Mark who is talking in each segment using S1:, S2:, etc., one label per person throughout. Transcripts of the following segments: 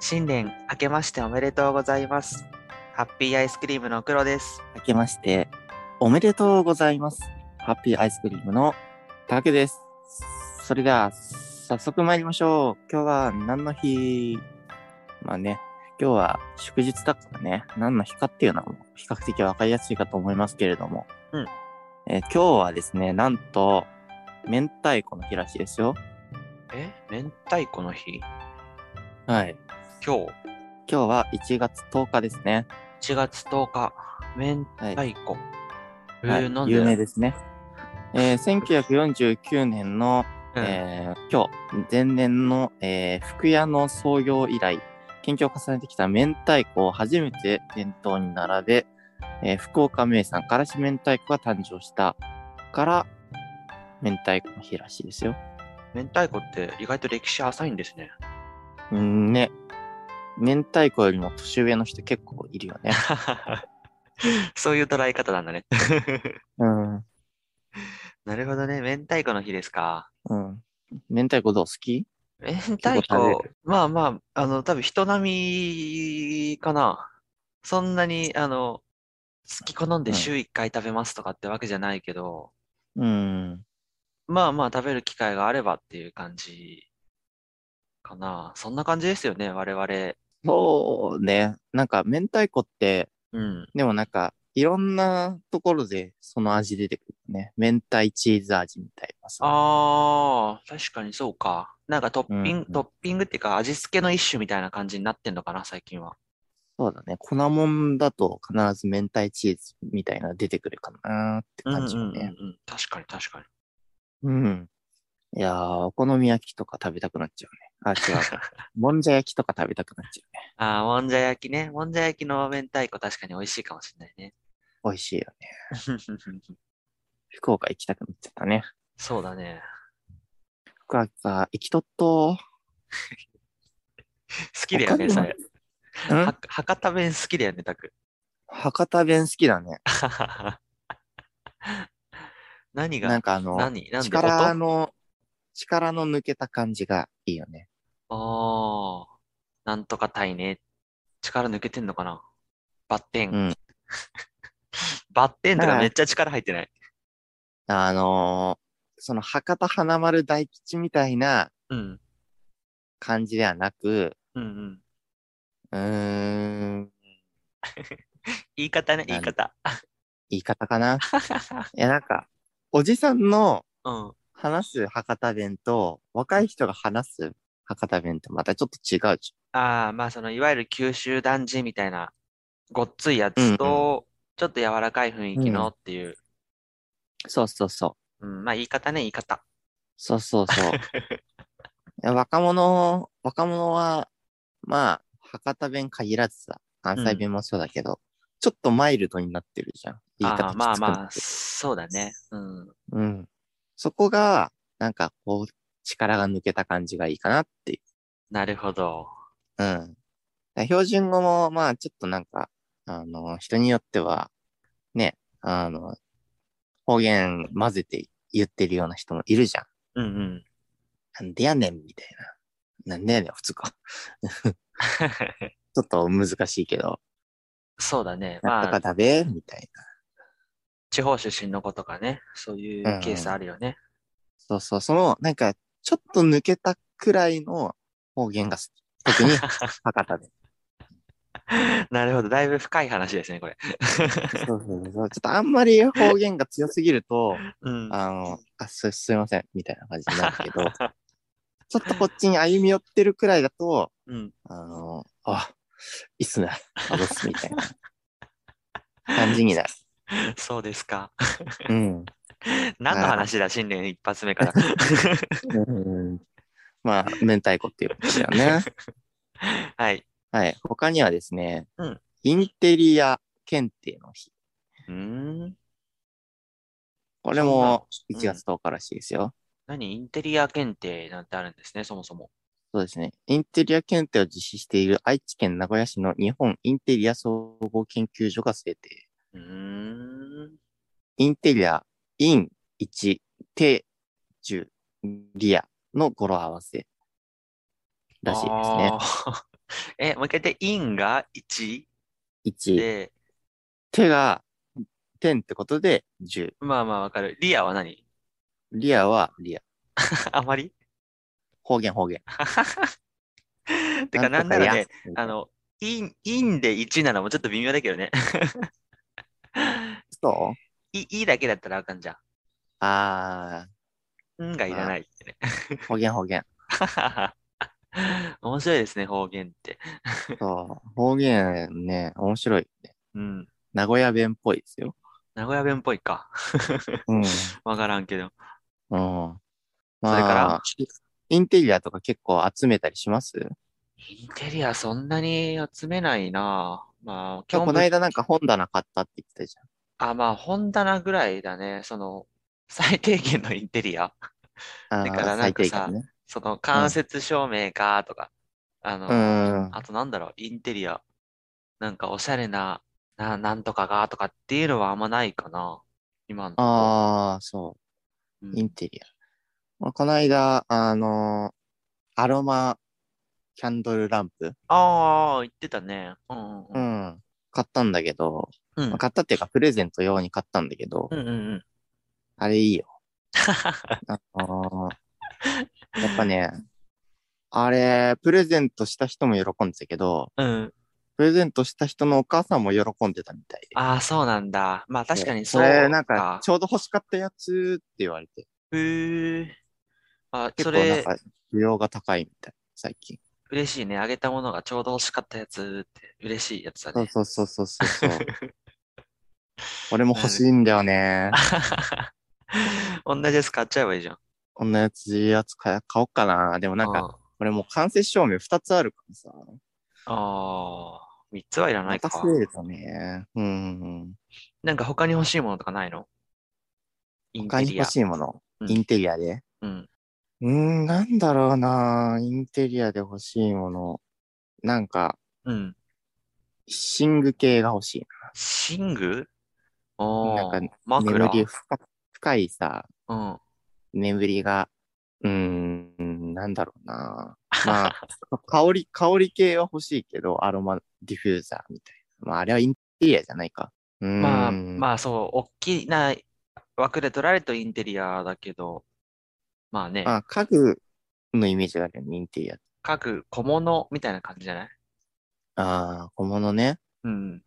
S1: 新年明けましておめでとうございます。ハッピーアイスクリームの黒です。
S2: 明けまして、おめでとうございます。ハッピーアイスクリームのたけです。それでは、早速参りましょう。今日は何の日まあね、今日は祝日だからね、何の日かっていうのは比較的わかりやすいかと思いますけれども。
S1: うん
S2: えー今日はですね、なんと、明太子の日らしいですよ。
S1: え明太子の日
S2: はい。
S1: 今日
S2: 今日は1月10日ですね。
S1: 1月10日、明
S2: はい。
S1: 太子。え
S2: は
S1: ー、
S2: い
S1: なん
S2: 有名
S1: で
S2: ですね。えー、1949年の
S1: うん
S2: えー今日、前年の、えー福屋の創業以来、研究を重ねてきた明太子を初めて店頭に並べ、えー福岡名産からし明太子が誕生したから、明太子の日らしいですよ。
S1: 明太子って意外と歴史浅いんですね。
S2: うんね。明太子よりも年上の人結構いるよね。
S1: そういう捉え方なんだね。
S2: うん。
S1: なるほどね。明太子の日ですか。
S2: うん。明太子どう好き
S1: 明
S2: 構
S1: 太
S2: 食べ
S1: 子、まあまあ、あの、多分人並みかな。そんなに、あの、好き好んで
S2: うん
S1: 週1回食べますとかってわけじゃないけど、
S2: うん。
S1: まあまあ食べる機会があればっていう感じかな。そんな感じですよね、我々。
S2: そうね。なんか明太子って、
S1: うん。
S2: でもなんか、いろんなところでその味出てくるね。明太チーズ味みたいなさ。
S1: ああ、確かにそうか。なんかトッピン
S2: うん
S1: トッピングっていうか味付けの一種みたいな感じになってんのかな、最近は。
S2: そうだね。粉もんだと必ず明太チーズみたいなの出てくるかなって感じよ
S1: うんうん
S2: ね。
S1: うんうん。確かに確かに。
S2: うん。いやー、お好み焼きとか食べたくなっちゃうね。あ、違 う。もんじゃ焼きとか食べたくなっちゃうね。
S1: ああ、もんじゃ焼きね。もんじゃ焼きの明太子確かに美味しいかもしれないね。
S2: 美味しいよね。福岡行きたくなっちゃったね。
S1: そうだね。
S2: 福岡行きとっと
S1: 好きだよね、
S2: 他
S1: そ
S2: に
S1: れ。
S2: ー。ん
S1: は博多弁好きだよね、たく。
S2: 博多弁好きだね。
S1: 何
S2: な
S1: が
S2: ん、かあの、
S1: 何、なんで音
S2: 力の、力の抜けた感じがいいよね。
S1: ああ、なんとかたいね。力抜けてんのかなバッテン。
S2: うん
S1: バッテンとか
S2: はい
S1: めっちゃ力入ってない。
S2: あのーその博多華丸大吉みたいな
S1: うん。
S2: 感じではなく、
S1: うんうん。
S2: うーん、
S1: 言い方ね、言
S2: ないん
S1: 方。
S2: 言い方かな。いや、なんか、おじさんの
S1: うん。
S2: 話す博多弁と、若い人が話す博多弁ってまたちょっと違うじ
S1: ああ、まあその、いわゆる九州男児みたいな、ごっついやつと、ちょっと柔らかい雰囲気のっていう。
S2: ゃん。そうそうそ
S1: う
S2: う。
S1: ん、まあ言い方ね、言い方。
S2: そうそうそう。 いや若者、若者は、まあ、博多弁限らずさ、関西弁もそうだけど、ちょっとマイルドになってるじゃん。言い
S1: あ
S2: 方
S1: あ、まあ
S2: きつくなって
S1: まあ、そうだね。うん。
S2: うん。そこが、なんかこう、力が抜けた感じがいいかなっていう。
S1: なるほど。
S2: うん。だから標準語も、まあ、ちょっとなんか、あの、人によっては、ね、あの、方言混ぜて言ってるような人もいるじゃ
S1: うんうん。
S2: ん。なんでやねん、みたいな。なんでやねん、普通か。ちょっと難しいけど、
S1: そうだね。
S2: なん
S1: ま
S2: と
S1: あ
S2: か、だべ、みたいな。
S1: 地方出身の子とかね、そういうケースあるよね。
S2: そうそう、その、なんか、ちょっと抜けたくらいの方言が好き。特に、博多で。
S1: なるほど。だいぶ深い話ですね、これ。
S2: そうそうそう。ちょっとあんまり方言が強すぎると、
S1: うん。
S2: あの、あ、す、すいません、みたいな感じになる けど、ちょっとこっちに歩み寄ってるくらいだと、
S1: うん。
S2: あの、あ、いいっすね、あどっす、みたいな感じになる。
S1: そうです か。
S2: うん。
S1: 何の話だ、新年一発目から。
S2: うんまあ、明太子っていうことだよね。
S1: はい。
S2: はい。他にはですね、
S1: うん
S2: インテリア検定の日。
S1: うーん。
S2: これ
S1: そうなの
S2: も
S1: うん
S2: 1月10日らしいですよ。
S1: 何インテリア検定なんてあるんですね、そもそも。
S2: そうですね。インテリア検定を実施している愛知県名古屋市の日本インテリア総合研究所が制定。
S1: うーん。
S2: インテリア、イン、1、テ、10、リアの語呂合わせらしいですね。
S1: あー え、もう一回言って、インが1
S2: 1。
S1: で、
S2: 手が点ってことで10。
S1: まあまあわかる。リアは何
S2: リアはリア。
S1: あまり
S2: 方言方言。
S1: てか、なんならね、
S2: とか
S1: あ
S2: や、
S1: の、イン、インで1ならもうちょっと微妙だけどね。
S2: そう
S1: い、いだけだったらあかんじゃ
S2: あ
S1: ん。んがいらないってね。
S2: ー、方言方言。
S1: 面白いですね、方言って。
S2: そう。方言ね、面白い。
S1: うん。
S2: 名古屋弁っぽいですよ。
S1: 名古屋弁っぽいか。
S2: うん。うん。
S1: わからんけど。
S2: ま
S1: それから
S2: あ、インテリアとか結構集めたりします
S1: インテリアそんなに集めないなぁまあ、基
S2: 今
S1: 本
S2: 日こ
S1: ぶ
S2: の間なんか本棚買ったって言ってたじ
S1: あ、まあ、本棚ぐらいだね。その、最低限のインテリア。
S2: ゃん。あ
S1: だ
S2: ー
S1: からなんかさ
S2: 最低限ね。
S1: その、間接照明かとか。あの、
S2: うん。
S1: あとなんだろう、インテリア。なんかおしゃれな、な、なんとかがとかっていうのはあんまないかな。今のところ。
S2: ああ、そうう。イン
S1: ん、
S2: テリア。まあこの間、あのーアロマキャンドルランプ。
S1: ああ、言ってたね。うんうん
S2: う
S1: うん。
S2: ん。買ったんだけど、
S1: うん
S2: まあ買ったっていうかプレゼント用に買ったんだけど、
S1: うんうんうん。
S2: あれ いいよ。あのーやっぱね、あれ、プレゼントした人も喜んでたけど、
S1: うん。
S2: プレゼントした人のお母さんも喜んでたみたいで。
S1: ああ、そうなんだ。まあ確かに
S2: これ
S1: そう
S2: なんか
S1: か、。
S2: ちょうど欲しかったやつって言われて、
S1: へえ。あ、
S2: 結
S1: そ
S2: 構なん
S1: れ、
S2: か需要が高いみたい、最近。
S1: 嬉しいね。あげたものがちょうど欲しかったやつって、嬉しいやつだ
S2: そう
S1: ね。
S2: そうそうそうそ うそう。俺も欲しいんだよね。
S1: 同じやつ買っちゃえばいいじゃん。
S2: こんなやつ、やつ買買おうかな。でもなんか、
S1: か。
S2: 俺もう間接照明2つあるからさ。
S1: ああ、3つはいらない
S2: また
S1: か。
S2: 増えるとね。うん。
S1: なんか他に欲しいものとかないのイン
S2: 他
S1: テ
S2: に
S1: リア
S2: 欲。しいもの。
S1: うん
S2: インテリアで。
S1: うん。
S2: うーん、なんだろうなインテリアで欲しいもの。なんか、
S1: うん。
S2: 寝具系が欲しいな。
S1: 寝具あ
S2: な
S1: あ
S2: んか、
S1: 枕。
S2: 眠り深深いさ、
S1: うん。
S2: 眠りが、うーん、なんだろうな。 まあ、香り、香り系は欲しいけど、アロマディフューザーみたいな。まあ、あれはインテリアじゃないか。うーん。
S1: まあ、まあそう、大きな枠で取られるとインテリアだけど、まあね、
S2: まあ、家具のイメージがあるよね、インテリア。
S1: 各小物みたいな感じじゃない
S2: ああ、小物ね。
S1: うん。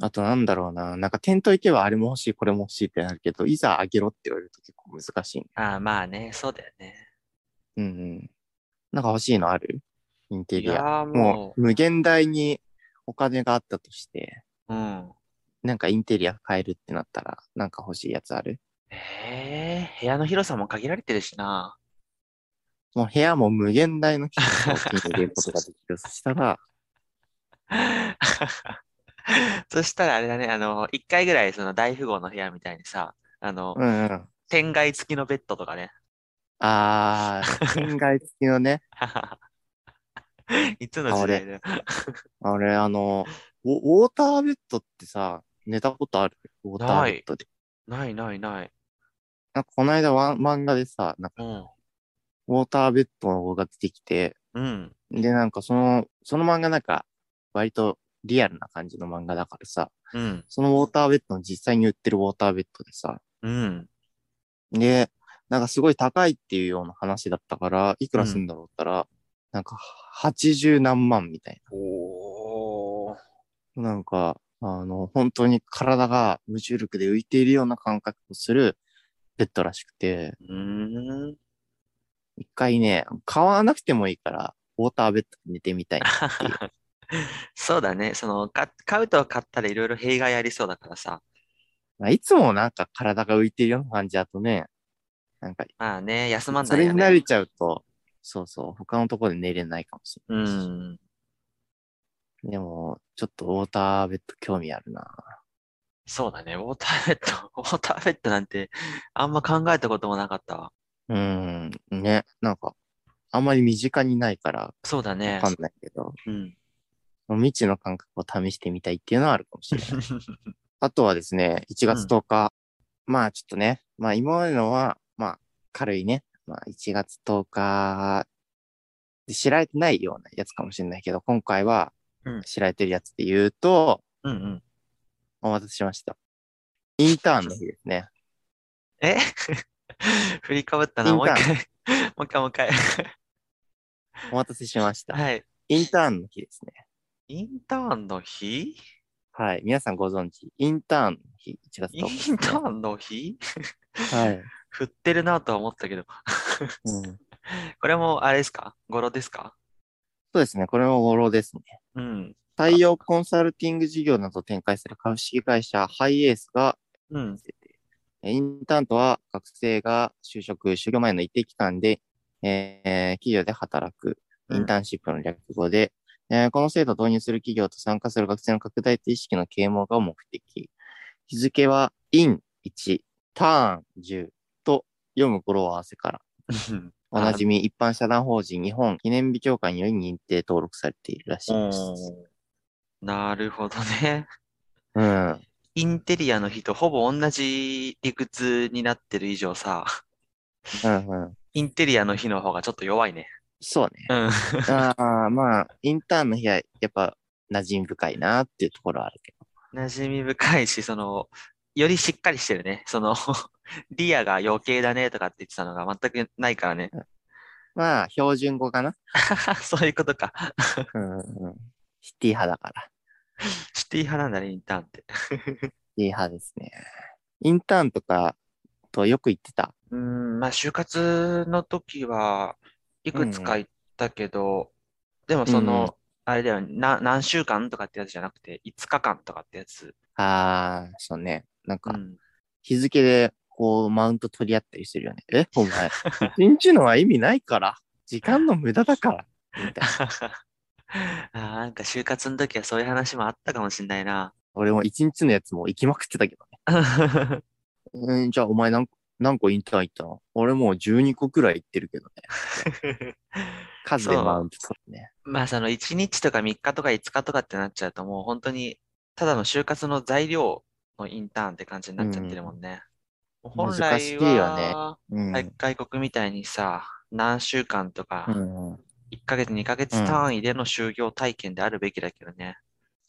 S2: あとなんだろうな。なんか店頭行けばあれも欲しい、これも欲しいってなるけど、いざあげろって言われると結構難しいね。
S1: ああ、まあね、そうだよね。
S2: うんうん。なんか欲しいのあるインテ
S1: い
S2: リア。
S1: やー
S2: も
S1: も
S2: う、無限大にお金があったとして、
S1: う、うん。
S2: なんかインテリア変えるってなったら、なんか欲しいやつある
S1: ええ部屋の広さも限られてるしな。
S2: もう部屋も無限大の広さを手に入れることができる。そし たら、
S1: そしたらあれだね、あの、一回ぐらいその大富豪の部屋みたいにさ、あの、
S2: うんうん。
S1: 天蓋付きのベッドとかね。
S2: あー、天外付きのね、
S1: いつの時代だよ。
S2: あれ、あの、ウォウォーターベッドってさ、寝たことあるウォーターベッドで。
S1: ないないない。
S2: なんかこの間ワン漫画でさ、なんか
S1: うん。
S2: ウォーターベッドが出てきて、
S1: うん。
S2: で、なんかその、その漫画なんか、割とリアルな感じの漫画だからさ、
S1: うん。
S2: そのウォーターベッドの実際に売ってるウォーターベッドでさ、
S1: うん。
S2: で、なんかすごい高いっていうような話だったから、いくらすんだろうったら、なんか80何万みたい
S1: おー。
S2: な。なんか、あの、本当に体が無重力で浮いているような感覚をするベッドらしくて、
S1: うーん。
S2: 一回ね、買わなくてもいいから、ウォーターベッドで寝てみたいな っていう。
S1: そうだね。その、か買うと買ったらいろいろ弊害ありそうだからさ。
S2: まあ、いつもなんか体が浮いてるような感じだとね、なんか、
S1: まあね、休まん
S2: そ
S1: ない
S2: れ
S1: よ
S2: に慣れ
S1: ね。
S2: ちゃうと、そうそう、他のところで寝れないかもしれ
S1: う
S2: ないし。
S1: ん。
S2: でも、ちょっとウォーターベッド興味あるな。
S1: そうだね。ウォーターベッ ド、ウォーターベッドなんて、あんま考えたこともなかったわ。
S2: うん、ね、なんか、あんまり身近にないから、
S1: そうだね
S2: わ。かんないけど、
S1: うん。
S2: 未知の感覚を試してみたいっていうのはあるかもしれ ない。あとはですね、1月10日、まあちょっとね、まあ今までのは、まあ軽いね、まあ1月10日で知られてないようなやつかもしれないけど、今回は
S1: うん
S2: 知られてるやつで言うと、
S1: うんうん。
S2: お待たせしました。インターンの日ですね。
S1: え 振りかぶったな。
S2: イン
S1: もう
S2: タ
S1: 一
S2: ー
S1: 回。 もう一回、もう一回。
S2: お待たせしました。
S1: はい。
S2: インターンの日ですね。
S1: インターンの日
S2: はい。皆さんご存知、インターンの日、1月
S1: イ
S2: 10日です
S1: ン
S2: ね、
S1: ターンの日
S2: はい。
S1: 振ってるなとは思ったけど。
S2: うん、そう
S1: これも、あれですか語呂ですか
S2: ですね。これも語呂ですね。
S1: うん。
S2: 採用コンサルティング事業などを展開する株式会社ハイエースが、
S1: うん。
S2: インターンとは学生が就職、就業前の一定期間で、えー企業で働く
S1: うん
S2: インターンシップの略語で、えーこの制度を導入する企業と参加する学生の拡大と意識の啓蒙が目的。日付は、イン1、ターン10と読む語呂を合わせから、おなじみ一般社団法人日本記念日協会により認定登録されているらしいです。
S1: うんなるほどね。
S2: うん。
S1: インテリアの日とほぼ同じ理屈になってる以上さ、
S2: うんうん。
S1: インテリアの日の方がちょっと弱いね。
S2: そうね。
S1: うん。
S2: ああ、まあ、インターンの日はやっぱ馴染み深いなっていうところはあるけ
S1: 馴染み深いし、その、よりしっかりしてるね。その、 リアが余計だねとかって言ってたのが全くないからね。
S2: ど。まあ、標準語かな。
S1: そういうことか。
S2: うんうんうん。シティ派だから。
S1: シティ派なんだね、インターンって。
S2: シティ派ですね。インターンとかとよく言ってた。
S1: うん、まあ、就活の時はいくつか行ったけど、でもそ
S2: うんうん
S1: の、あれだよ、な、何週間とかってやつじゃなくて、5日間とかってやつ。
S2: ああ、そうね。なん
S1: う
S2: か、
S1: ん。
S2: 日付でこう、マウント取り合ったりするよね。え、お 前、一日のは意味ないから。時間の無駄だから。みたいな。
S1: あーなんか就活の時はそういう話もあったかもしんないな。
S2: 俺も一日のやつも行きまくってたけどね。うん、じゃあお前何個何個インターン行ったの俺もう12個くらい行ってるけどね。数でマウント取るね。
S1: まあその1日とか3日とか5日とかってなっちゃうともう本当にただの就活の材料のインターンって感じになっちゃってるもんね。もう本
S2: 難
S1: 来
S2: しいよね
S1: は
S2: うん。
S1: はい外国みたいにさ、何週間とか、
S2: うん、
S1: 1ヶ月、2ヶ月単位での就業体験であるべきだけどね。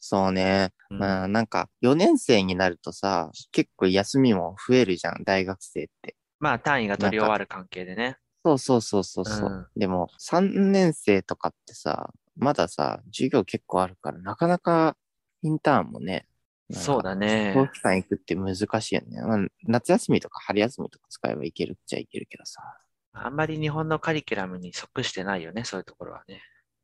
S2: そうね。
S1: うん
S2: まあなんか4年生になるとさ、結構休みも増えるじゃん、大学生って。
S1: まあ単位が取り終わる関係でね。
S2: そうそうそうそうそう。
S1: うん
S2: でも3年生とかってさ、まださ、授業結構あるから、なかなかインターンもね、なんか
S1: そうだね
S2: 長期間行くって難しいよね。まあ、夏休みとか春休みとか使えばいけるっちゃいけるけどさ。
S1: あんまり日本のカリキュラムに即してないよね、そういうところはね。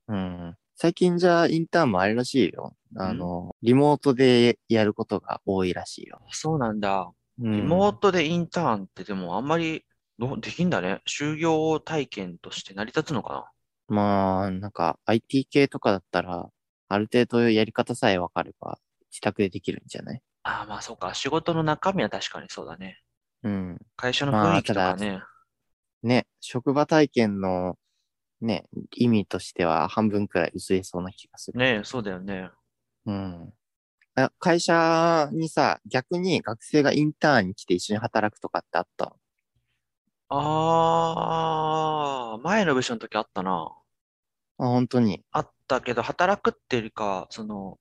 S2: うん。最近じゃあインターンもあれらしいよ。あの、リモートでやることが多いらしいよ。
S1: そうなんだ。
S2: うん
S1: リモートでインターンってでもあんまりどうできんだね。就業体験として成り立つのか
S2: まあ、なんか IT 系とかだったら、ある程度やり方さえわかれば、自宅でできるんじゃない
S1: な。ああ、まあそうか。仕事の中身は確かにそうだね。
S2: うん。
S1: 会社の
S2: まあ
S1: 雰囲気とかね。
S2: ね、職場体験の、ね、意味としては半分くらい薄れそうな気がする。
S1: ねえ、そうだよね。
S2: うん。あ会社にさ、逆に学生がインターンに来て一緒に働くとかってあったの
S1: ああ、前の部署の時あったな。
S2: あ、本当に。
S1: あったけど、働くっていうよりか、その、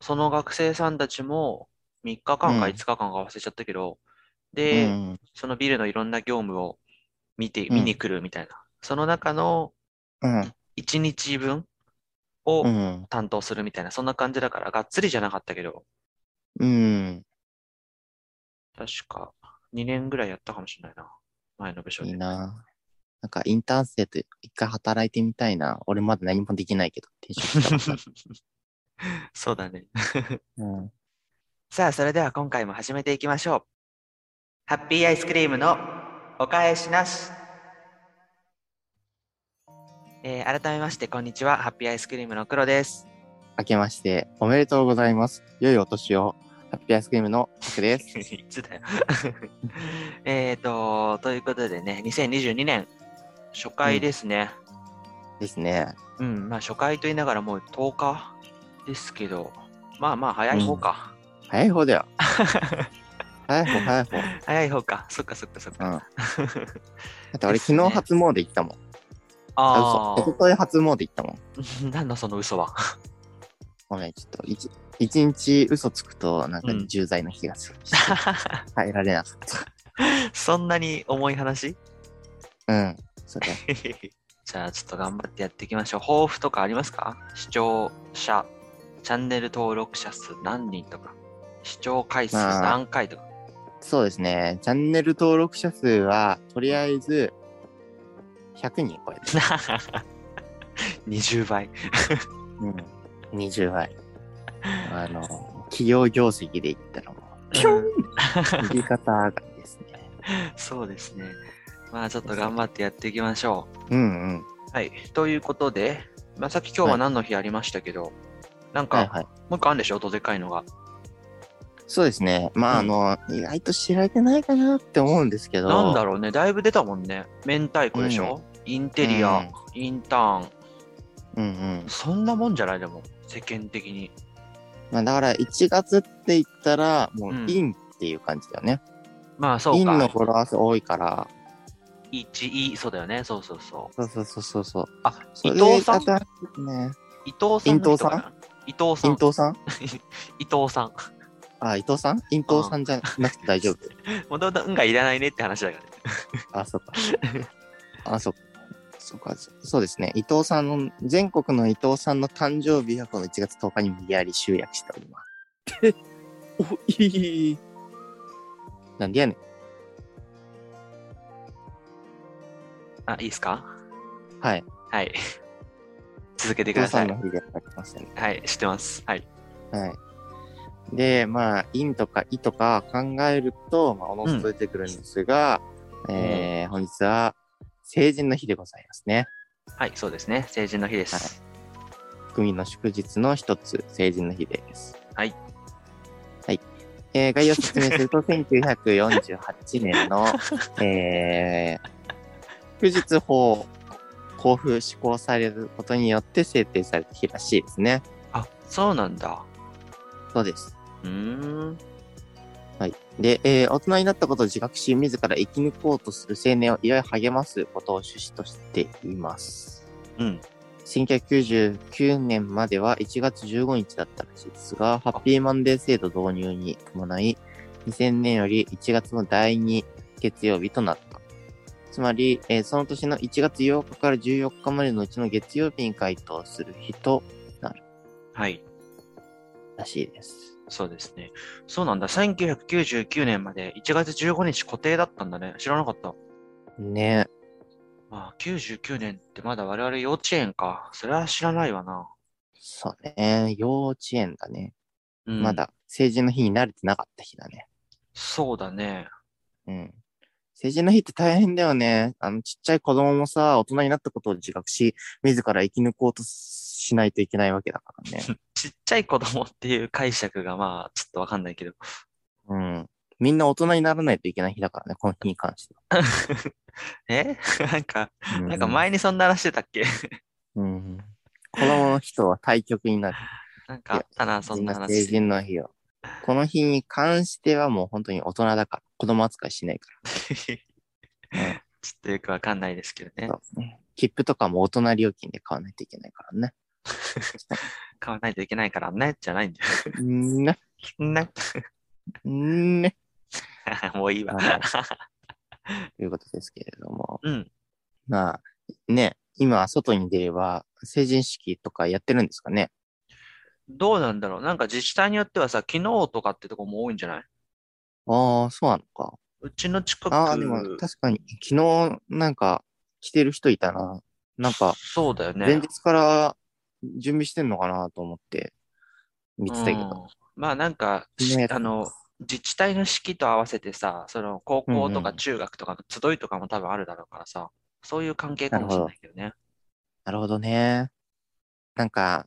S1: その学生さんたちも3日間か
S2: うん
S1: 5日間か忘れちゃったけど、
S2: う
S1: で、
S2: ん。
S1: そのビルのいろんな業務を見て、
S2: うん
S1: 見に来るみたいな。その中の
S2: うん。
S1: 1日分を
S2: うん。
S1: 担当するみたいな、そんな感じだから、がっつりじゃなかったけど、
S2: うん。
S1: 確か2年ぐらいやったかもしれないな。前の部署
S2: いい
S1: で。
S2: な。なんかインターン生と一回働いてみたいな。俺まだ何もできないけど、転職したことない
S1: そうだね。
S2: うん。
S1: さあ、それでは今回も始めていきましょう。ハッピーアイスクリームのお返しなし。えー改めまして、こんにちは。ハッピーアイスクリームの黒です。
S2: 明けましておめでとうございます。良いお年を。ハッピーアイスクリームのタクです。
S1: いつだよ。 えっと、ということでね、2022年、初回ですね。
S2: ですね。
S1: うん、まあ初回と言いながらもう10日ですけど、まあまあ早い方か。
S2: 早い方だよ。早い方、早い方。うん。
S1: 早い方か。そっかそっかそっか。
S2: だって俺
S1: ですね
S2: 昨日初詣行ったもん。
S1: あ
S2: あ、嘘。一昨日初詣行ったもん。
S1: あ。なんだその嘘は。
S2: ごめん、ちょっと一、一日嘘つくと、なんか
S1: うん
S2: 重罪の気がする。耐えられなかっ
S1: そんなに重い話
S2: た。うん。それ。
S1: じゃあちょっと頑張ってやっていきましょう。抱負とかありますか視聴者、チャンネル登録者数何人とか、視聴回数
S2: まあ
S1: 何回とか。
S2: そうですね。チャンネル登録者数は、とりあえず、100人超えてる。
S1: 20倍。
S2: うん。20倍。あの、企業業績で言ったらもう、ピョン右肩上がりですね。
S1: そうですね。まあちょっと頑張ってやっていきましょ
S2: うんうん。
S1: う。はい。ということで、まあ、さっき今日は何の日ありましたけど、なんか、
S2: はいはい。
S1: もう一個あるんでしょどでかいのが。
S2: そうですね。まあ、
S1: う
S2: あの、意外と知られてないかなって思うんですけど。
S1: なんだろうね。だいぶ出たもんね。明太子でしょ、インテリア、
S2: うん
S1: インターン。
S2: うんうん。
S1: そんなもんじゃないでも、世間的に。
S2: まあ、だから1月って言ったら、もう、
S1: うん
S2: インっていう感じだよね。
S1: まあそ
S2: イ
S1: う
S2: ンの
S1: か。
S2: フォロワー数多いから。
S1: 1位、そうだよね。そうそうそう。
S2: そうそうそうそうそう。
S1: あ、
S2: そ
S1: 伊
S2: れ
S1: 藤さん
S2: 新しいね。
S1: 伊藤さんの人かな伊藤さ
S2: イン
S1: ん。
S2: トさん
S1: 伊藤さん。
S2: あ、伊藤さんイントさんじゃなくて大丈夫。
S1: もともと運がいらないねって話だからね。
S2: あ、そっ か。あ、そっか。そうか、そそうですね。伊藤さんの、全国の伊藤さんの誕生日はこの1月10日に無理やり集約しております。 お、いい。なんでやねん。
S1: あ、いいですか
S2: はい。
S1: はい。 続けて
S2: 伊
S1: くだ
S2: 藤
S1: さ
S2: さん
S1: い
S2: の。日でやってましたね。
S1: はい、知ってます。はい。
S2: はい。で、まあ、因とかいとか考えると、まあ、おのずと出てくるんですが、えー、本日は成人の日でございますね。
S1: はい、そうですね。成人の日です。
S2: 国の祝日の一つ、成人の日です。
S1: はい。
S2: はい。えー、概要を説明 すると、1948年の、えー、祝日法、交付施行されることによって制定された日らしいですね。
S1: あ、そうなんだ。
S2: そうです。
S1: うーん。
S2: はい。で、えー大人になったことを自覚し、自ら生き抜こうとする青年をいわゆる励ますことを趣旨としています。
S1: うん。
S2: 1999年までは1月15日だったらしいですが、ハッピーマンデー制度導入に伴い、2000年より1月の第2月曜日となった。つまり、えーその年の1月8日から14日までのうちの月曜日に回答する日と
S1: はい、
S2: らしいです。
S1: そうですね。そうなんだ。1999年まで1月15日固定だったんだね。知らなかった。
S2: ね
S1: まあ、99年ってまだ我々幼稚園か。それは知らないわな。
S2: そうね。幼稚園だね。
S1: うん、
S2: ま。だ成人の日に慣れてなかった日だね。
S1: そうだね。
S2: うん。成人の日って大変だよね。あの、ちっちゃい子供もさ、大人になったことを自覚し、自ら生き抜こうとしないといけないわけだからね。
S1: ちっちゃい子供っていう解釈がまあ、ちょっとわかんないけど。
S2: うん。みんな大人にならないといけない日だからね、この日に関して
S1: え なんか、
S2: は。
S1: なんか前にそんな話してたっけ
S2: うん、うん。子供の人は対極になる。
S1: なんかあったな、 そんな
S2: 成
S1: 話。
S2: 人の日を。この日に関してはもう本当に大人だから、子供扱いしないか
S1: ちょ
S2: ら。うん
S1: っとよくわかんないですけどね
S2: そ。うね切符とかも大人料金で買わないといけないからね。
S1: 買わないといけないからね、じゃないんだよ。
S2: んーね。
S1: ね。
S2: んーね。
S1: もういい わ。
S2: はいということですけれども。
S1: うん。
S2: まあ、ね、今、外に出れば、成人式とかやってるんですかね。
S1: どうなんだろう。なんか自治体によってはさ、昨日とかってとこも多いんじゃない
S2: ああ、そうなのか。
S1: うちの近く。
S2: ああ、でも確かに、昨日、なんか、来てる人いたな。なんか、
S1: そうだよね。
S2: 前日から準備してんのかなと思って、見てたけど。
S1: うんまあなんか、
S2: 昨日やって
S1: あの、自治体の式と合わせてさ、その高校と
S2: うんう
S1: か
S2: ん
S1: 中学とかの集いとかも多分あるだろうからさ、そういう関係かもしれないけどね。
S2: なるほどね。なんか、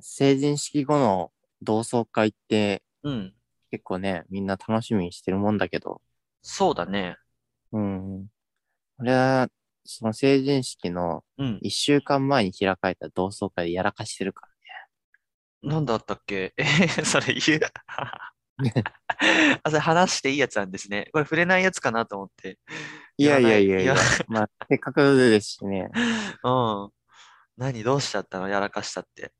S2: 成人式後の同窓会って、
S1: うん。
S2: 結構ね、みんな楽しみにしてるもんだけど、
S1: そうだね。
S2: うん。俺は、その成人式の
S1: うん。
S2: 一週間前に開かれた同窓会でやらかしてるから ね。
S1: なんだったっけえそれ言う。 あ、それ話していいやつなんですね。これ触れないやつかなと思って。
S2: いやいやいや
S1: 言
S2: いや
S1: わな。
S2: まあ、せっかくですしね。
S1: うん。何、どうしちゃったのやらかしたって。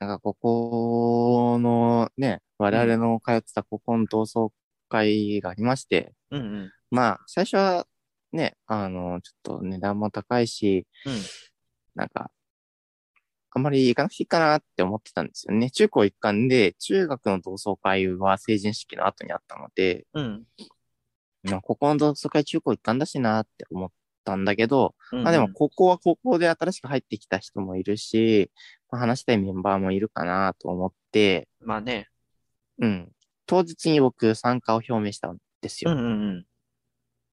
S2: なんかここのね、我々の通ってたここの同窓会がありまして、
S1: うんうん。
S2: まあ、最初はね、あの、ちょっと値段も高いし、
S1: うん
S2: なんか、あんまり行かなくていいかなって思ってたんですよね。中高一貫で、中学の同窓会は成人式の後にあったので、
S1: うん。
S2: まあ、ここの同窓会中高一貫だしなって思ったんだけど、
S1: うん
S2: まあでも
S1: うん、
S2: 高校は高校で新しく入ってきた人もいるし、まあ、話したいメンバーもいるかなと思って、
S1: まあね。
S2: うん。当日に僕参加を表明したんです
S1: う
S2: よ。
S1: んうんうん。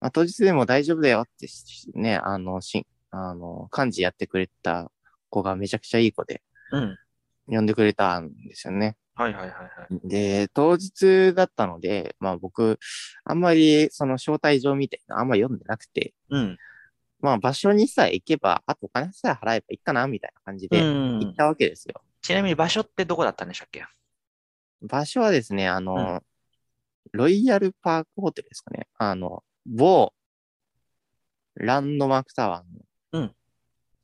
S2: まあ、当日でも大丈夫だよってしね、あの、しあの、幹事やってくれた子がめちゃくちゃいい子で、
S1: うん。
S2: 呼んでくれたんですよね。
S1: はいはいはいはい。
S2: で、当日だったので、まあ僕、あんまりその招待状みたいなのあんまり読んでなくて、
S1: うん。
S2: まあ場所にさえ行けば、あとお金さえ払えばいいかな、みたいな感じ
S1: う
S2: で
S1: ん
S2: 行ったわけですよ。
S1: ちなみに場所ってどこだったんでしたっけ
S2: 場所はですね、あの、
S1: うん
S2: ロイヤルパークホテルですかね。あの、某、ランドマークタワー
S1: う
S2: の
S1: ん、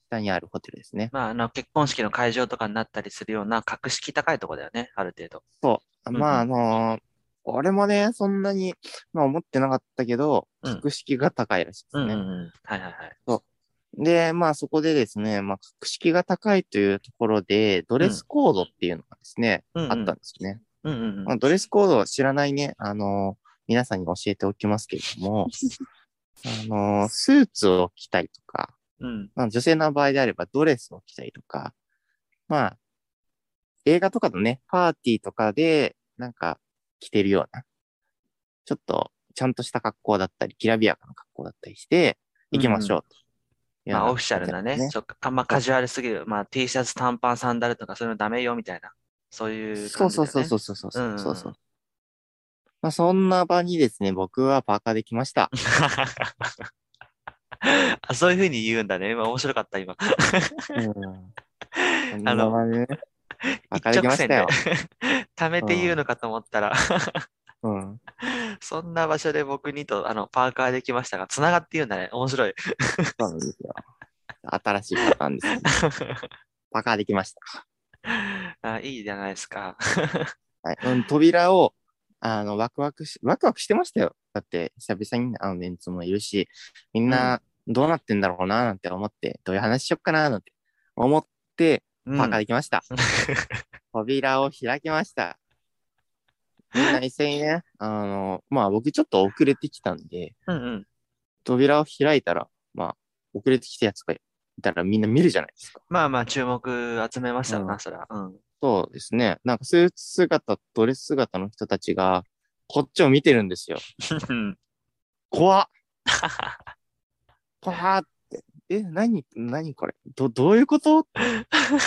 S2: 下にあるホテルですね。
S1: まあ、あの、結婚式の会場とかになったりするような格式高いとこだよね、ある程度。うん
S2: まあ、あのー俺もね、そんなに、まあ思ってなかったけど、
S1: うん
S2: 格式が高いらしいで
S1: うんう
S2: すね。
S1: んうん。はいはいはい。
S2: で、まあそこでですね、まあ格式が高いというところで、ドレスコードっていうのがですね、
S1: うんうん
S2: あったんですね。
S1: うんうんうん
S2: まあ、ドレスコードを知らないね、あのー皆さんに教えておきますけれ ども、あのースーツを着たりとか、
S1: うん。
S2: まあ、女性の場合であればドレスを着たりとか、まあ、映画とかのね、パーティーとかで、なんか、着てるような、ちょっと、ちゃんとした格好だったり、きらびやかな格好だったりして、行きましょうというような
S1: まあ、オフィシャルなね、そっか、あんまカジュアルすぎる、まあ、T シャツ、短パン、サンダルとか、そういうのダメよ、みたいな。そういう
S2: そ
S1: 感
S2: う
S1: じだ
S2: そう
S1: よ
S2: そ
S1: ね
S2: うそうそうそうそうそう。
S1: うんうんうん
S2: まあ、そんな場にですね、僕はパーカーで来ました。
S1: あ、そういうふうに言うんだね。今、面白かった、今。
S2: うん。
S1: あの
S2: そんな場でね、パーカー
S1: 一
S2: で来
S1: 直
S2: まし
S1: 線
S2: た
S1: で
S2: よ。。
S1: 溜めて言うのかと思ったら、
S2: うん。
S1: そんな場所で僕にと、あの、パーカーできましたが、繋がって言うんだね。面白い。
S2: そうなんですよ。新しいパターン です、ね。パーカーできました。
S1: あ、いいじゃないですか。
S2: はい、うん、扉を、あの、ワクワクし、ワクワクしてましたよ。だって、久々にあのメンツもいるし、みんな、どうなってんだろうな、なんて思って、どういう話しよっかな、なんて思って、
S1: うん
S2: パーカーできました。扉を開き ました。みんな一斉にね、あの、まあ僕ちょっと遅れてきたんで、
S1: うんうん。
S2: 扉を開いたら、まあ、遅れてきたやつがいたらみんな見るじゃないですか。
S1: まあまあ、注目集めましたよ
S2: う
S1: な、そら。うん。
S2: そうですね。なんかスーツ姿、ドレス姿の人たちが、こっちを見てるんですよ。怖っ怖っって。え、何、何これど、どういうこと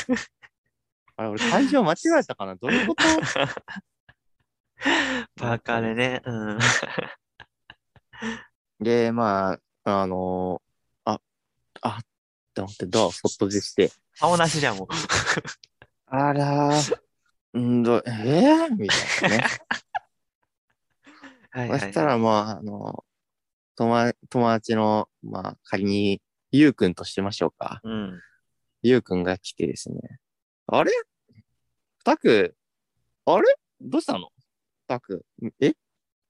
S2: あれ、俺、会場間違えたかなどういうこと
S1: パーカーでね。うん。
S2: で、まあ、あのーあ、あ、って思って、ドアをそっと閉じして、
S1: 顔なしじゃん、もう。
S2: あらー、んど、えー、みたいなね。
S1: はい
S2: そ
S1: はい
S2: したら、まあ、あの友達友達の、まあ、仮に、ゆうくんとしてましょうか。
S1: うん。
S2: ゆうくんが来てですね。あれたく、あれどうしたのたく、え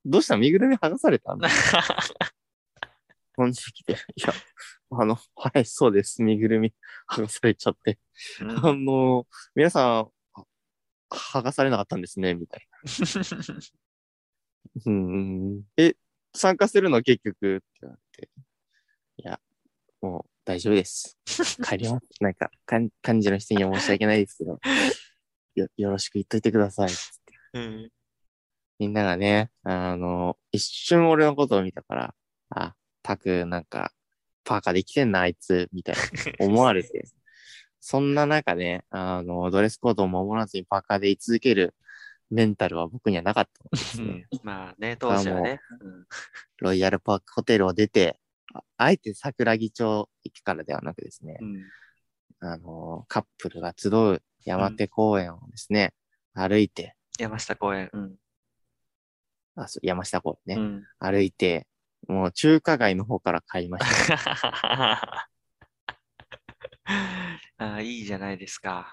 S2: どうした身ぐるみ剥がされた の飛んできて。いや、あの、はい、そうです。身ぐるみ剥がされちゃって。
S1: うん
S2: あの、皆さん、あ剥がされなかったんですね、みたいな。うん。え、参加するの結局ってなって。いや、もう大丈夫 です。帰ります。なんか、かん幹事の人には申し訳ないですけど、 よ、よろしく言っといてください。
S1: うん
S2: みんながね、あの、一瞬俺のことを見たから、あ、たく、なんか、パーカーできてんな、あいつ、みたい な、思われて。そんな中ね、あの、ドレスコードを守らずにパーカーで居続けるメンタルは僕にはなかったのですね。
S1: まあね、当時はね。うん
S2: ロイヤルパークホテルを出て、ああえて桜木町駅からではなくですね、
S1: うん
S2: あの、カップルが集う山手公園をですね、歩いて、
S1: 山下公園。うん
S2: あそう山下公園
S1: う
S2: ね、
S1: ん。
S2: 歩いて、もう中華街の方から買いました。
S1: あーいいじゃないですか。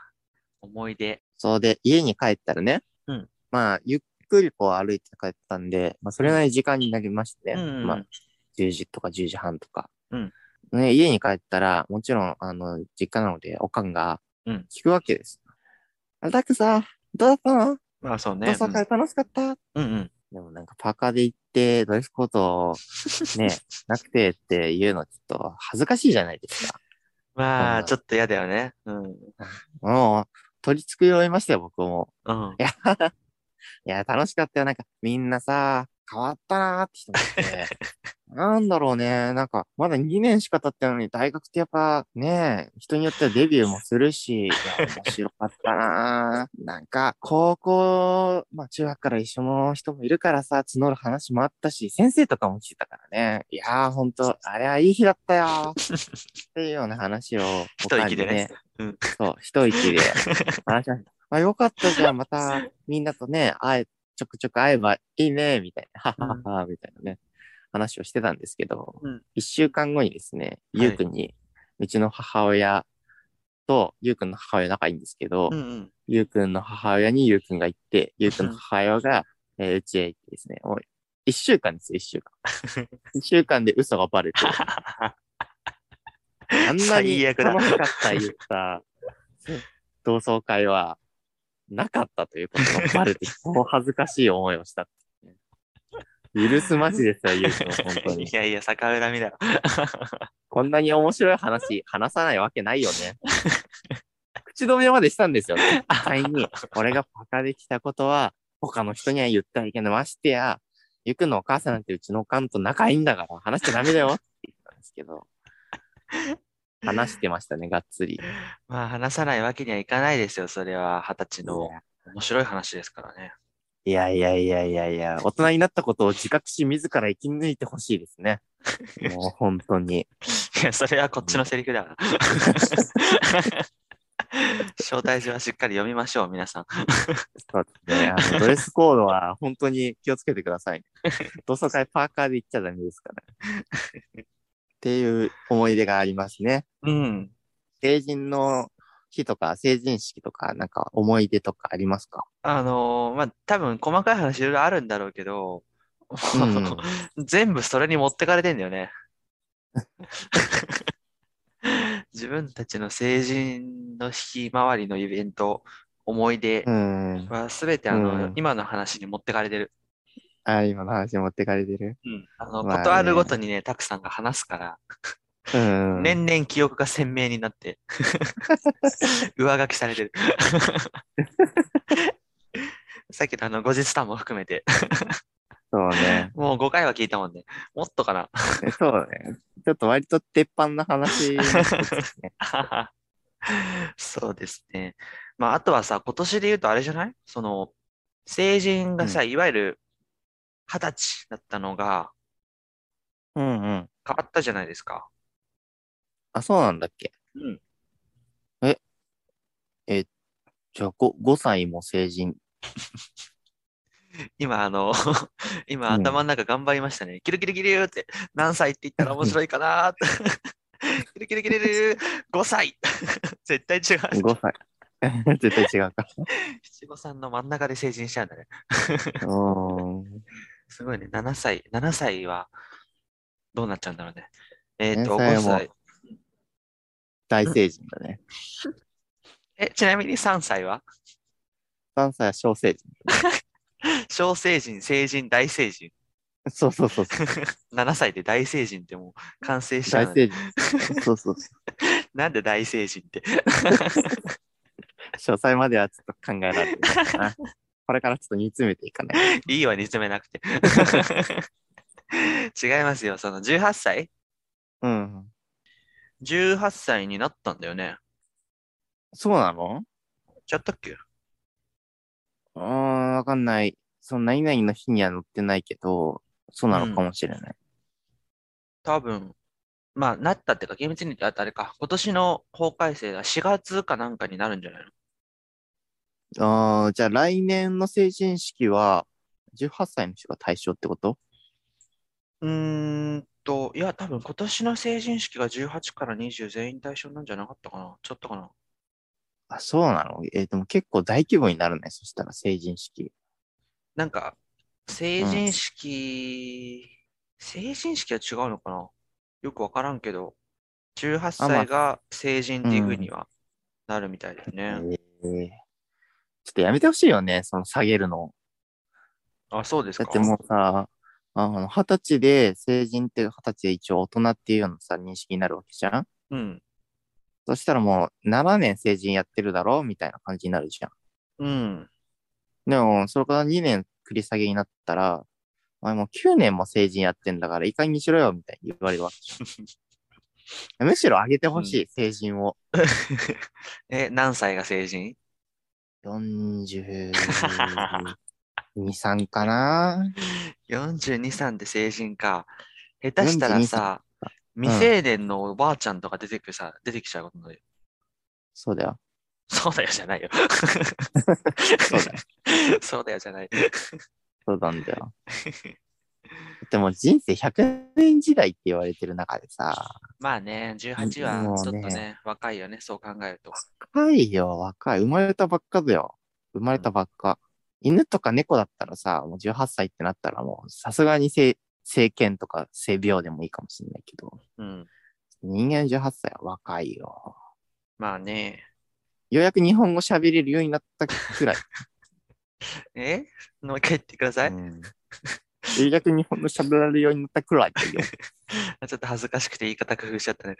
S1: 思い出。
S2: そうで、家に帰ったらね、
S1: うん
S2: まあ、ゆっくりこう歩いて帰ったんで、まあ、それなり時間になりましてね、
S1: うん
S2: まあ、10時とか10時半とか。
S1: うん
S2: ね、家に帰ったら、もちろん、あの、実家なので、おかんが、
S1: うん
S2: 聞くわけです。あれだけさ、どうだったの
S1: まあそうね。
S2: 同窓会楽しかった、
S1: うんうんうん。
S2: でもなんかパーカーで行って、ドレスコート、 ね、なくてっていうのちょっと恥ずかしいじゃないですか。
S1: ま
S2: う
S1: あ、
S2: ん
S1: ちょっと嫌だよね。うん。うん。
S2: もう、取り繕いましたよ、僕も。
S1: あ
S2: いや、いや、楽しかったよ。なんか、みんなさ、変わったなーって人も いて。なんだろうね。なんか、まだ2年しか経ってないのに、大学ってやっぱね、人によってはデビューもするし、いや、面白かったなー。なんか、高校、まあ中学から一緒の人もいるからさ、募る話もあったし、先生とかも来てたからね。いやー、ほんと、あれはいい日だったよ ー。っていうような話を、
S1: 一息でね
S2: 他に
S1: うん
S2: そう、一息 で話しました。まあよかったじゃん、またみんなとね、会え、ちょくちょく会えばいいね、みたいな、はははは、みたいなね、話をしてたんですけど
S1: うん、
S2: 一、週間後にですね、
S1: はい
S2: ゆうくんに、うちの母親と、ゆうくんの母親仲いいんですけど、
S1: うんうん。
S2: ゆうくんの母親にゆうくんが行って、ゆうくんの母親が、えーうちへ行ってですね、もう一週間ですよ、一 週間。一週間で嘘がバレて、あんなに
S1: 最悪だ
S2: 楽しかった言った同窓会はなかったということが バレて、こう恥ずかしい思いをしたっていうね。許すまじですよ、ゆうくん、本当に
S1: い。やいや、逆恨みだろ。
S2: こんなに面白い話、話さないわけないよ ね。口止めまでしたんですよ、ね。絶対に、 俺がバカできたことは、他の人には言ってはいけない。ましてや、ゆうくんのお母さんなんてうちのおかんと仲いいんだから、話しちゃダメだよって言ったんですけど、話してましたね、がっつり。
S1: まあ、話さないわけにはいかないですよ。それは、二十歳の面白い話ですからね。
S2: いやいやいやいやいや、大人になったことを自覚し、自ら生き抜いてほしいですね。もう本当に。
S1: いや、それはこっちのセリフだから。招待状はしっかり読みましょう、皆さん。
S2: そうですね。あの、ドレスコードは本当に気をつけてください。同窓会パーカーで行っちゃダメですから。っていう思い出がありますね。
S1: うん。
S2: 成人の日とか、成人式とか、なんか思い出とかあります か
S1: あのーまあ、多分細かい話いろいろあるんだろうけど、
S2: ん
S1: 全部それに持ってかれてんだよ ね。自分たちの成人の日回りのイベント、思い出
S2: うん。
S1: はすべてあの、
S2: うん
S1: 今の話に持ってかれてる。
S2: あ、今の話持ってかれてる。
S1: うん。あの、
S2: まあね
S1: ことあるごとにね、たくさんが話すから、
S2: うん。
S1: 年々記憶が鮮明にな って、上書きされてる。さっきのあの、後日談も含めて、
S2: そう ね。
S1: もう5回は聞いたもんね。もっとかな。
S2: そうね。ちょっと割と鉄板な話になってきますね。
S1: そうですね。まあ、あとはさ、今年で言うとあれじゃないその、成人がさ、いわゆる二十歳だったのが
S2: うんうん。
S1: 変わったじゃないですか。
S2: あ、そうなんだっけ
S1: うん。
S2: じゃあ 5, 5歳も成人。
S1: 今、あの、 今、
S2: うん
S1: 頭の中頑張りましたね。キルキルキルー って、何歳って言ったら面白いかなーって。 キルキルキルキルー、5歳 絶対違う。
S2: 5歳。 絶対違うか。
S1: 七五三の真ん中で成人しちゃうんだね。
S2: うーん。
S1: すごいね。7歳、7歳はどうなっちゃうんだろうね。えっと、
S2: 7
S1: 5
S2: 歳も
S1: 歳。
S2: 大成人だね。
S1: え、ちなみに3歳は
S2: 3歳は小成人。
S1: 小成人、成人、大成人。
S2: そうそう そうそう。
S1: 7歳で大成人ってもう完成しちゃう
S2: 大
S1: のね、
S2: 成人。そうそうそう。
S1: なんで大成人って。
S2: 詳細まではちょっと考えられてないか な。これからちょっと煮詰めていかない
S1: いいわ、煮詰めなくて。 違いますよ。その18歳
S2: と。うん。
S1: ?18 歳になったんだよね。
S2: そうなの
S1: ちゃったっけ
S2: うーん、わかんない。その何々の日には載ってないけど、そうなのかもしれない。
S1: 多分。まあ、なったってか、厳密に言ってあとあれか。今年の法改正が4月かなんかになるんじゃないの
S2: ああ、じゃあ来年の成人式は、 18歳の人が対象ってこと
S1: うーんと、いや、多分今年の成人式が18から20全員対象なんじゃなかったかなちょっとかな
S2: あ、そうなのえーでも結構大規模になるね。そしたら成人式。
S1: なんか、成人式、成人式は違うのかなよくわからんけど、18
S2: あまあ
S1: 歳が成人っていうふうにはなるみたいだよ
S2: え
S1: ね。
S2: ーちょっとやめてほしいよね。その下げるの。
S1: あ、そうです
S2: だ
S1: か。
S2: ってもうさ、あの、二十歳で、成人って二十歳で一応大人っていうようなさ、認識になるわけじゃん
S1: うん。
S2: そしたらもう、7年成人やってるだろうみたいな感じになるじゃん。
S1: うん。
S2: でも、それから2年繰り下げになったら、お前もう9年も成人やってんだから、いい加減にしろよ、みたいに言われるわけじ ゃん。むしろ上げてほしい、成人を。
S1: え、何歳が成人
S2: 42、3かな
S1: ?42、3で成人か。下手したらさ、
S2: ん
S1: 未成年のおばあちゃんとか出てくるさ、出てきちゃうことになるよ。
S2: そうだよ。
S1: そうだよじゃないよ。
S2: そうだよ。
S1: そうだよじゃない。
S2: そうなんだよ。でも人生100年時代って言われてる中でさ、
S1: まあね、18は
S2: もうね
S1: ちょっとね、若いよね、そう考えると。
S2: 若いよ、若い。生まれたばっかだよ。生まれたばっか。犬とか猫だったらさ、もう18歳ってなったらもう、さすがに性、性犬とか性病でもいいかもしれないけど、
S1: うん。
S2: 人間18歳は若いよ。
S1: まあね。
S2: ようやく日本語喋れるようになったくらい。
S1: えもう一回言ってください。
S2: うんようやく日本語喋られるようになったくらいだよ。
S1: ちょっと恥ずかしくて言い方工夫しちゃ ったね。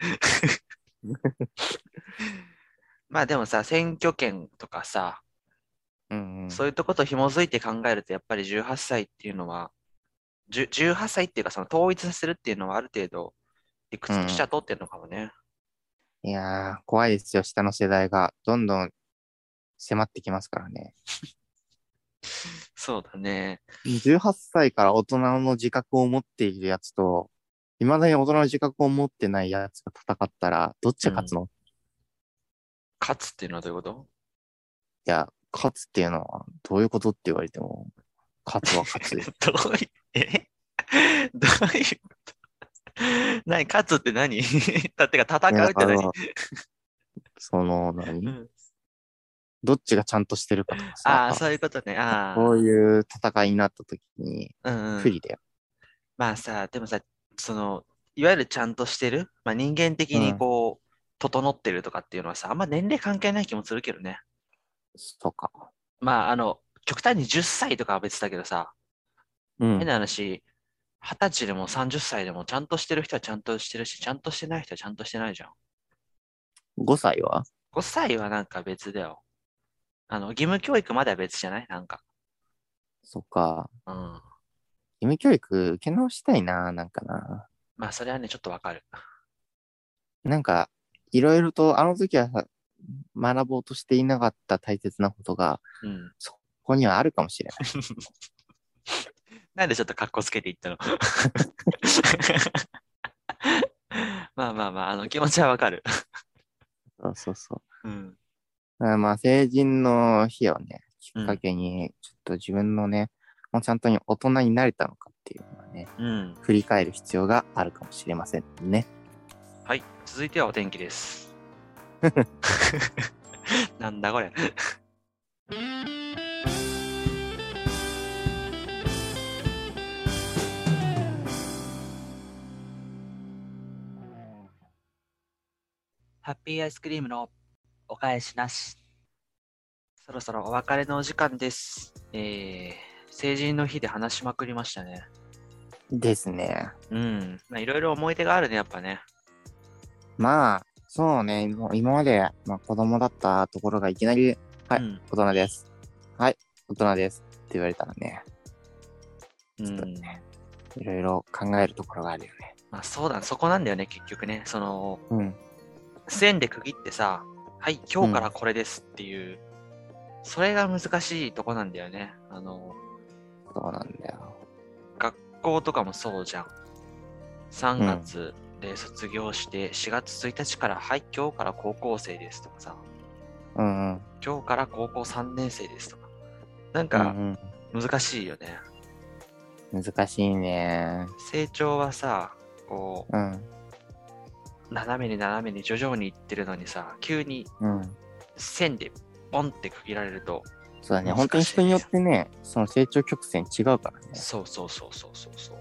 S1: まあでもさ、選挙権とかさ、
S2: うんうん。
S1: そういうとこと紐づいて考えると、やっぱり18歳っていうのは、じゅ18歳っていうか、その統一させるっていうのはある程度、理屈としては通ってるのかもね。
S2: いやー、怖いですよ、下の世代が。どんどん迫ってきますからね。
S1: そうだね。
S2: 18歳から大人の自覚を持っているやつと、未だに大人の自覚を持ってないやつが戦ったら、どっちが勝つの、い
S1: 勝つっていうのはどういうこと
S2: や、勝つっていうのは、どういうことって言われても、勝つは 勝つです。
S1: どういう、えどういうこと何、勝つって何 だってか、戦うって何
S2: いやだから その、何、
S1: うん
S2: どっちがちゃんとしてるかとか
S1: ああ、
S2: さ、
S1: そういうことね。あ
S2: こういう戦いになった時に、
S1: あ、うんうん
S2: 不利だよ。
S1: まあさ、でもさ、その、いわゆるちゃんとしてる、まあ、人間的に
S2: うん
S1: こう、整ってるとかっていうのはさ、あんま年齢関係ない気もするけどね。
S2: そうか。
S1: まあ、あの、極端に10歳とかは別だけどさ、
S2: う
S1: 変
S2: ん。
S1: な話、20歳でも30歳でもちゃんとしてる人はちゃんとしてるし、ちゃんとしてない人はちゃんとしてないじゃん。
S2: 5歳は
S1: 5歳はなんか別だよ。あの、義務教育までは別じゃないなんか。
S2: そっか。
S1: うん。
S2: 義務教育受け直したいな、なんかな。
S1: まあ、それはね、ちょっとわかる。
S2: なんか、いろいろと、あの時はさ、学ぼうとしていなかった大切なことが、
S1: うん。
S2: ここにはあるかもしれない。
S1: なんでちょっと格好つけていったの まあまあまあ、あの、気持ちはわかる。
S2: そうそうそ
S1: うん。
S2: う。だからまあ、成人の日をね、きっかけに、ちょっと自分のね、もうちゃんとに大人になれたのかっていうのはね、
S1: うん。
S2: 振り返る必要があるかもしれませんね。
S1: はい。続いてはお天気 です。なんだこれ。ハッピーアイスクリームのお返しなし。そろそろお別れのお時間です。えー、成人の日で話しまくりましたね。
S2: ですね。
S1: うん。まあ、いろいろ思い出があるね、やっぱね。
S2: まあ、そうね、もう今まで、まあ、子供だったところがいきなり、は
S1: う
S2: い
S1: ん。
S2: 大人です。はい、大人です。って言われたらね、
S1: う
S2: ちょっと
S1: ん。
S2: ね、いろいろ考えるところがあるよね。
S1: まあ、そうだ、そこなんだよね、結局ね。その、
S2: うん。
S1: 線で区切ってさ、はい、今日からこれですっていう、それが難しいとこなんだよね。あの、
S2: そうなんだよ。
S1: 学校とかもそうじゃん。3月で卒業して、4月1日から、はい、今日から高校生ですとかさ、
S2: うんうん。
S1: 今日から高校3年生ですとか、なん
S2: うん
S1: か
S2: うん、
S1: 難しいよね。
S2: 難しいね。
S1: 成長はさ、こ
S2: うん、
S1: う、斜めに斜めに徐々にいってるのにさ、急に
S2: うん。
S1: 線でボンって区切られると、
S2: そうだね。
S1: 難しい
S2: 本当に人によってね、その成長曲線違うからね。
S1: そうそうそうそうそうそう。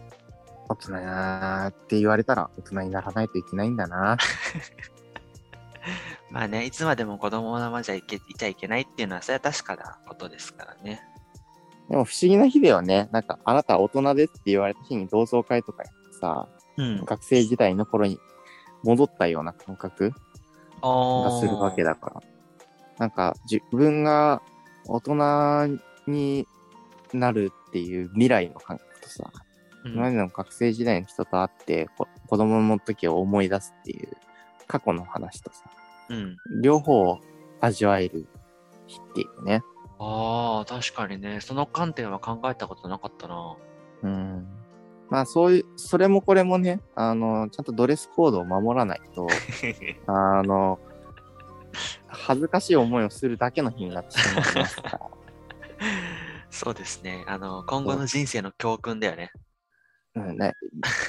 S2: 大人なーって言われたら大人にならないといけないんだな。
S1: まあね、いつまでも子供のままじゃいけいちゃいけないっていうのは、それは確かなことですからね。
S2: でも不思議な日だよね。なんか、あなた大人ですって言われた日に同窓会とかやってさ、
S1: うん。
S2: 学生時代の頃に戻ったような感覚がするわけ
S1: だ。
S2: だから。なんか、自分が大人になるっていう未来の感覚とさ、
S1: うん
S2: 今までの学生時代の人と会って、こ子供の時を思い出すっていう過去の話とさ、
S1: うん。
S2: 両方を味わえる日っていうね。
S1: ああ、確かにね。その観点は考えたことなかったな。
S2: うん。まあそういう、それもこれもね、あの、ちゃんとドレスコードを守らない と、あの、恥ずかしい思いをするだけの日になってしまいますから。
S1: そうですね。あの、今後の人生の教訓だよね。
S2: うんね、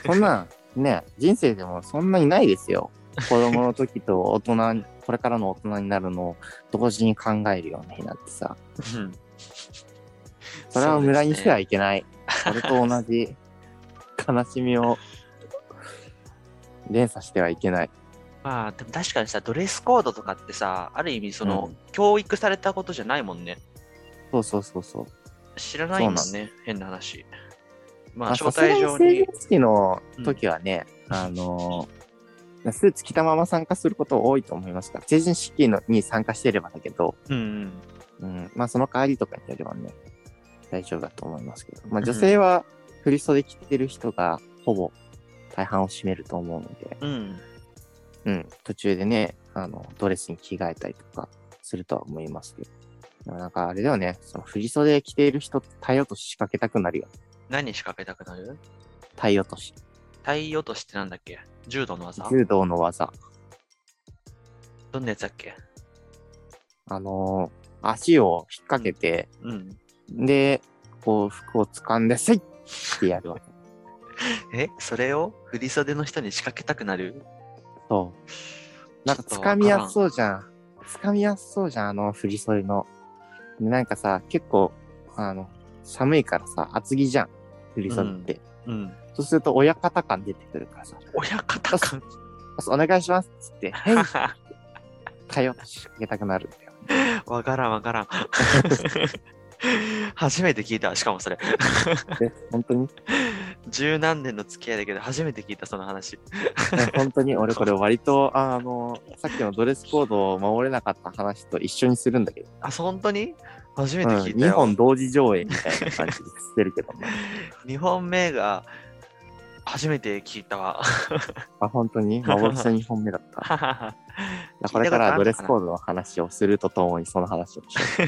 S2: そんなん、 ね、人生でもそんなにないですよ。子供の時と大人に、これからの大人になるのを同時に考えるような日なんてさ、
S1: うん。
S2: それは無駄にして
S1: そう
S2: は
S1: で
S2: いけない。そ,、れと同じ悲しみを連鎖してはいけない。
S1: すねまあ、でも確かにさ、ドレスコードとかってさ、ある意味、その、
S2: うん
S1: 教育されたことじゃないもんね。
S2: そうそうそうそう。
S1: 知らないもん
S2: そう
S1: ね。変な話。まあ、
S2: まあ、
S1: 招
S2: さすが
S1: 待
S2: に
S1: 状
S2: 成
S1: に
S2: 人。式の時はね、あのスーツ着たまま参加すること多いと思いますから、成人式のに参加してればだけど、
S1: うんうん。
S2: うん、まあその代わりとかによればね、大丈夫だと思いますけど、
S1: う
S2: まあ
S1: ん
S2: 女性は振り袖着てる人がほぼ大半を占めると思うので、
S1: うん。
S2: うん、途中でね、あの、ドレスに着替えたりとかするとは思いますけど、でもなんかあれだよね、その振り袖着ている人って体落とし仕掛けたくなるよ。
S1: 何仕掛けたくなる
S2: 体落とし。
S1: 体落としってなんだっけ柔道の技
S2: 柔道の技。
S1: どんなやつだっけ
S2: あのー足を引っ掛けて、
S1: うん。
S2: で、こう服を掴んで、せいってやるわけ。
S1: えそれを振り袖の人に仕掛けたくなる
S2: そう。なんか掴みやすそうじゃん。掴みやすそうじゃん、あの振り袖の。でなんかさ、結構、あの、寒いからさ、厚着じゃん。振り袖って。
S1: うん。
S2: そうすると、親方感出てくるからさ、
S1: 親方感
S2: お願いしますっつって、はい、かよって仕掛けたくなるんだよ。
S1: わからんわからん。 初めて聞いた。しかもそれ。
S2: で本当に、
S1: 十何年の付き合いだけど、初めて聞いた、その話。
S2: ね本当に、俺これ割と、あの、さっきのドレスコードを守れなかった話と一緒にするんだけど、
S1: あ、本当に初め
S2: う
S1: て
S2: ん、
S1: 聞いた
S2: 2
S1: よ。
S2: 本同時上映みたいな感じでしてるけどね。
S1: 2本目が、初めて聞いたわ。
S2: あ、本当 に幻の2本目だった。
S1: 聞いた
S2: これからはドレスコ
S1: ー
S2: ードの話をするとともにその話をしよ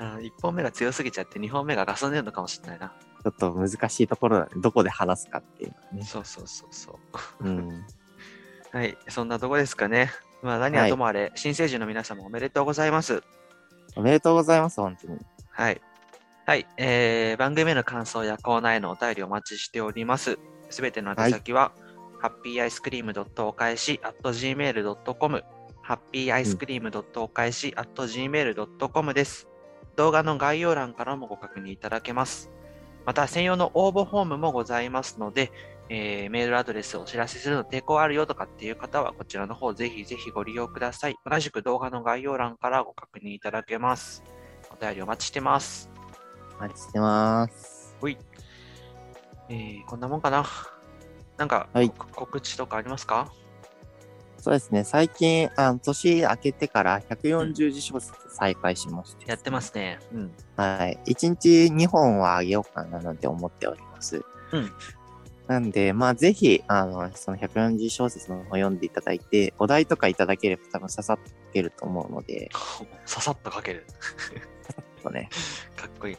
S1: 1本目が強すぎちゃって、2本目がガソネるのかもしれないな。
S2: う。ちょっと難しいところだね。どこで話すかっていうのはね。
S1: そうそうそうそう。
S2: うん。
S1: はい、そんなとこですかね。まあ何はともあれ、新成人の皆様おめでとうございます。
S2: おめでとうございます、本当に。
S1: はい。はい、えー、番組への感想やコーナーへのお便りお待ちしております。すべての宛先は、ハッピーアイスクリームお返し at gmail.com、ハッピーアイスクリームお返し at gmail.com です。動画の概要欄からもご確認いただけます。また、専用の応募フォームもございますので、えーメールアドレスをお知らせするの抵抗あるよとかっていう方は、こちらの方ぜひぜひご利用ください。同じく動画の概要欄からご確認いただけます。お便りお待ちしてます。
S2: お待ちしてます。
S1: ほい。えーこんなもんかな。なんか、
S2: はい
S1: こ告知とかありますか
S2: そうですね。最近、あの、年明けてから140字小説再開しまして、
S1: やってま。すね。うん。
S2: はい。1日2本はあげようかななんて思っております。
S1: うん。
S2: なんで、まあ、ぜひ、あの、その140字小説の方を読んでいただいて、お題とかいただければ多分ささっと書けると思うので、ち
S1: ささっと書ける。
S2: ょっとね、
S1: かっこいい。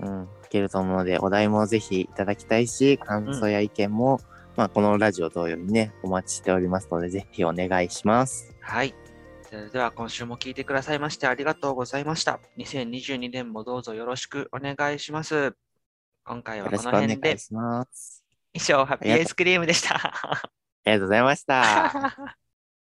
S2: うん、書けると思うので、お題もぜひいただきたいし、感想や意見も、まあ、このラジオ同様にね、お待ちしておりますので、ぜひお願いします。
S1: はい。それでは今週も聞いてくださいましてありがとうございました。2022年もどうぞよろしくお願いします。今回は
S2: よろ
S1: こ
S2: しく
S1: の
S2: お願
S1: 辺で
S2: いします。
S1: 以上、ハッピーアイスクリームでした。
S2: ありがとうございました。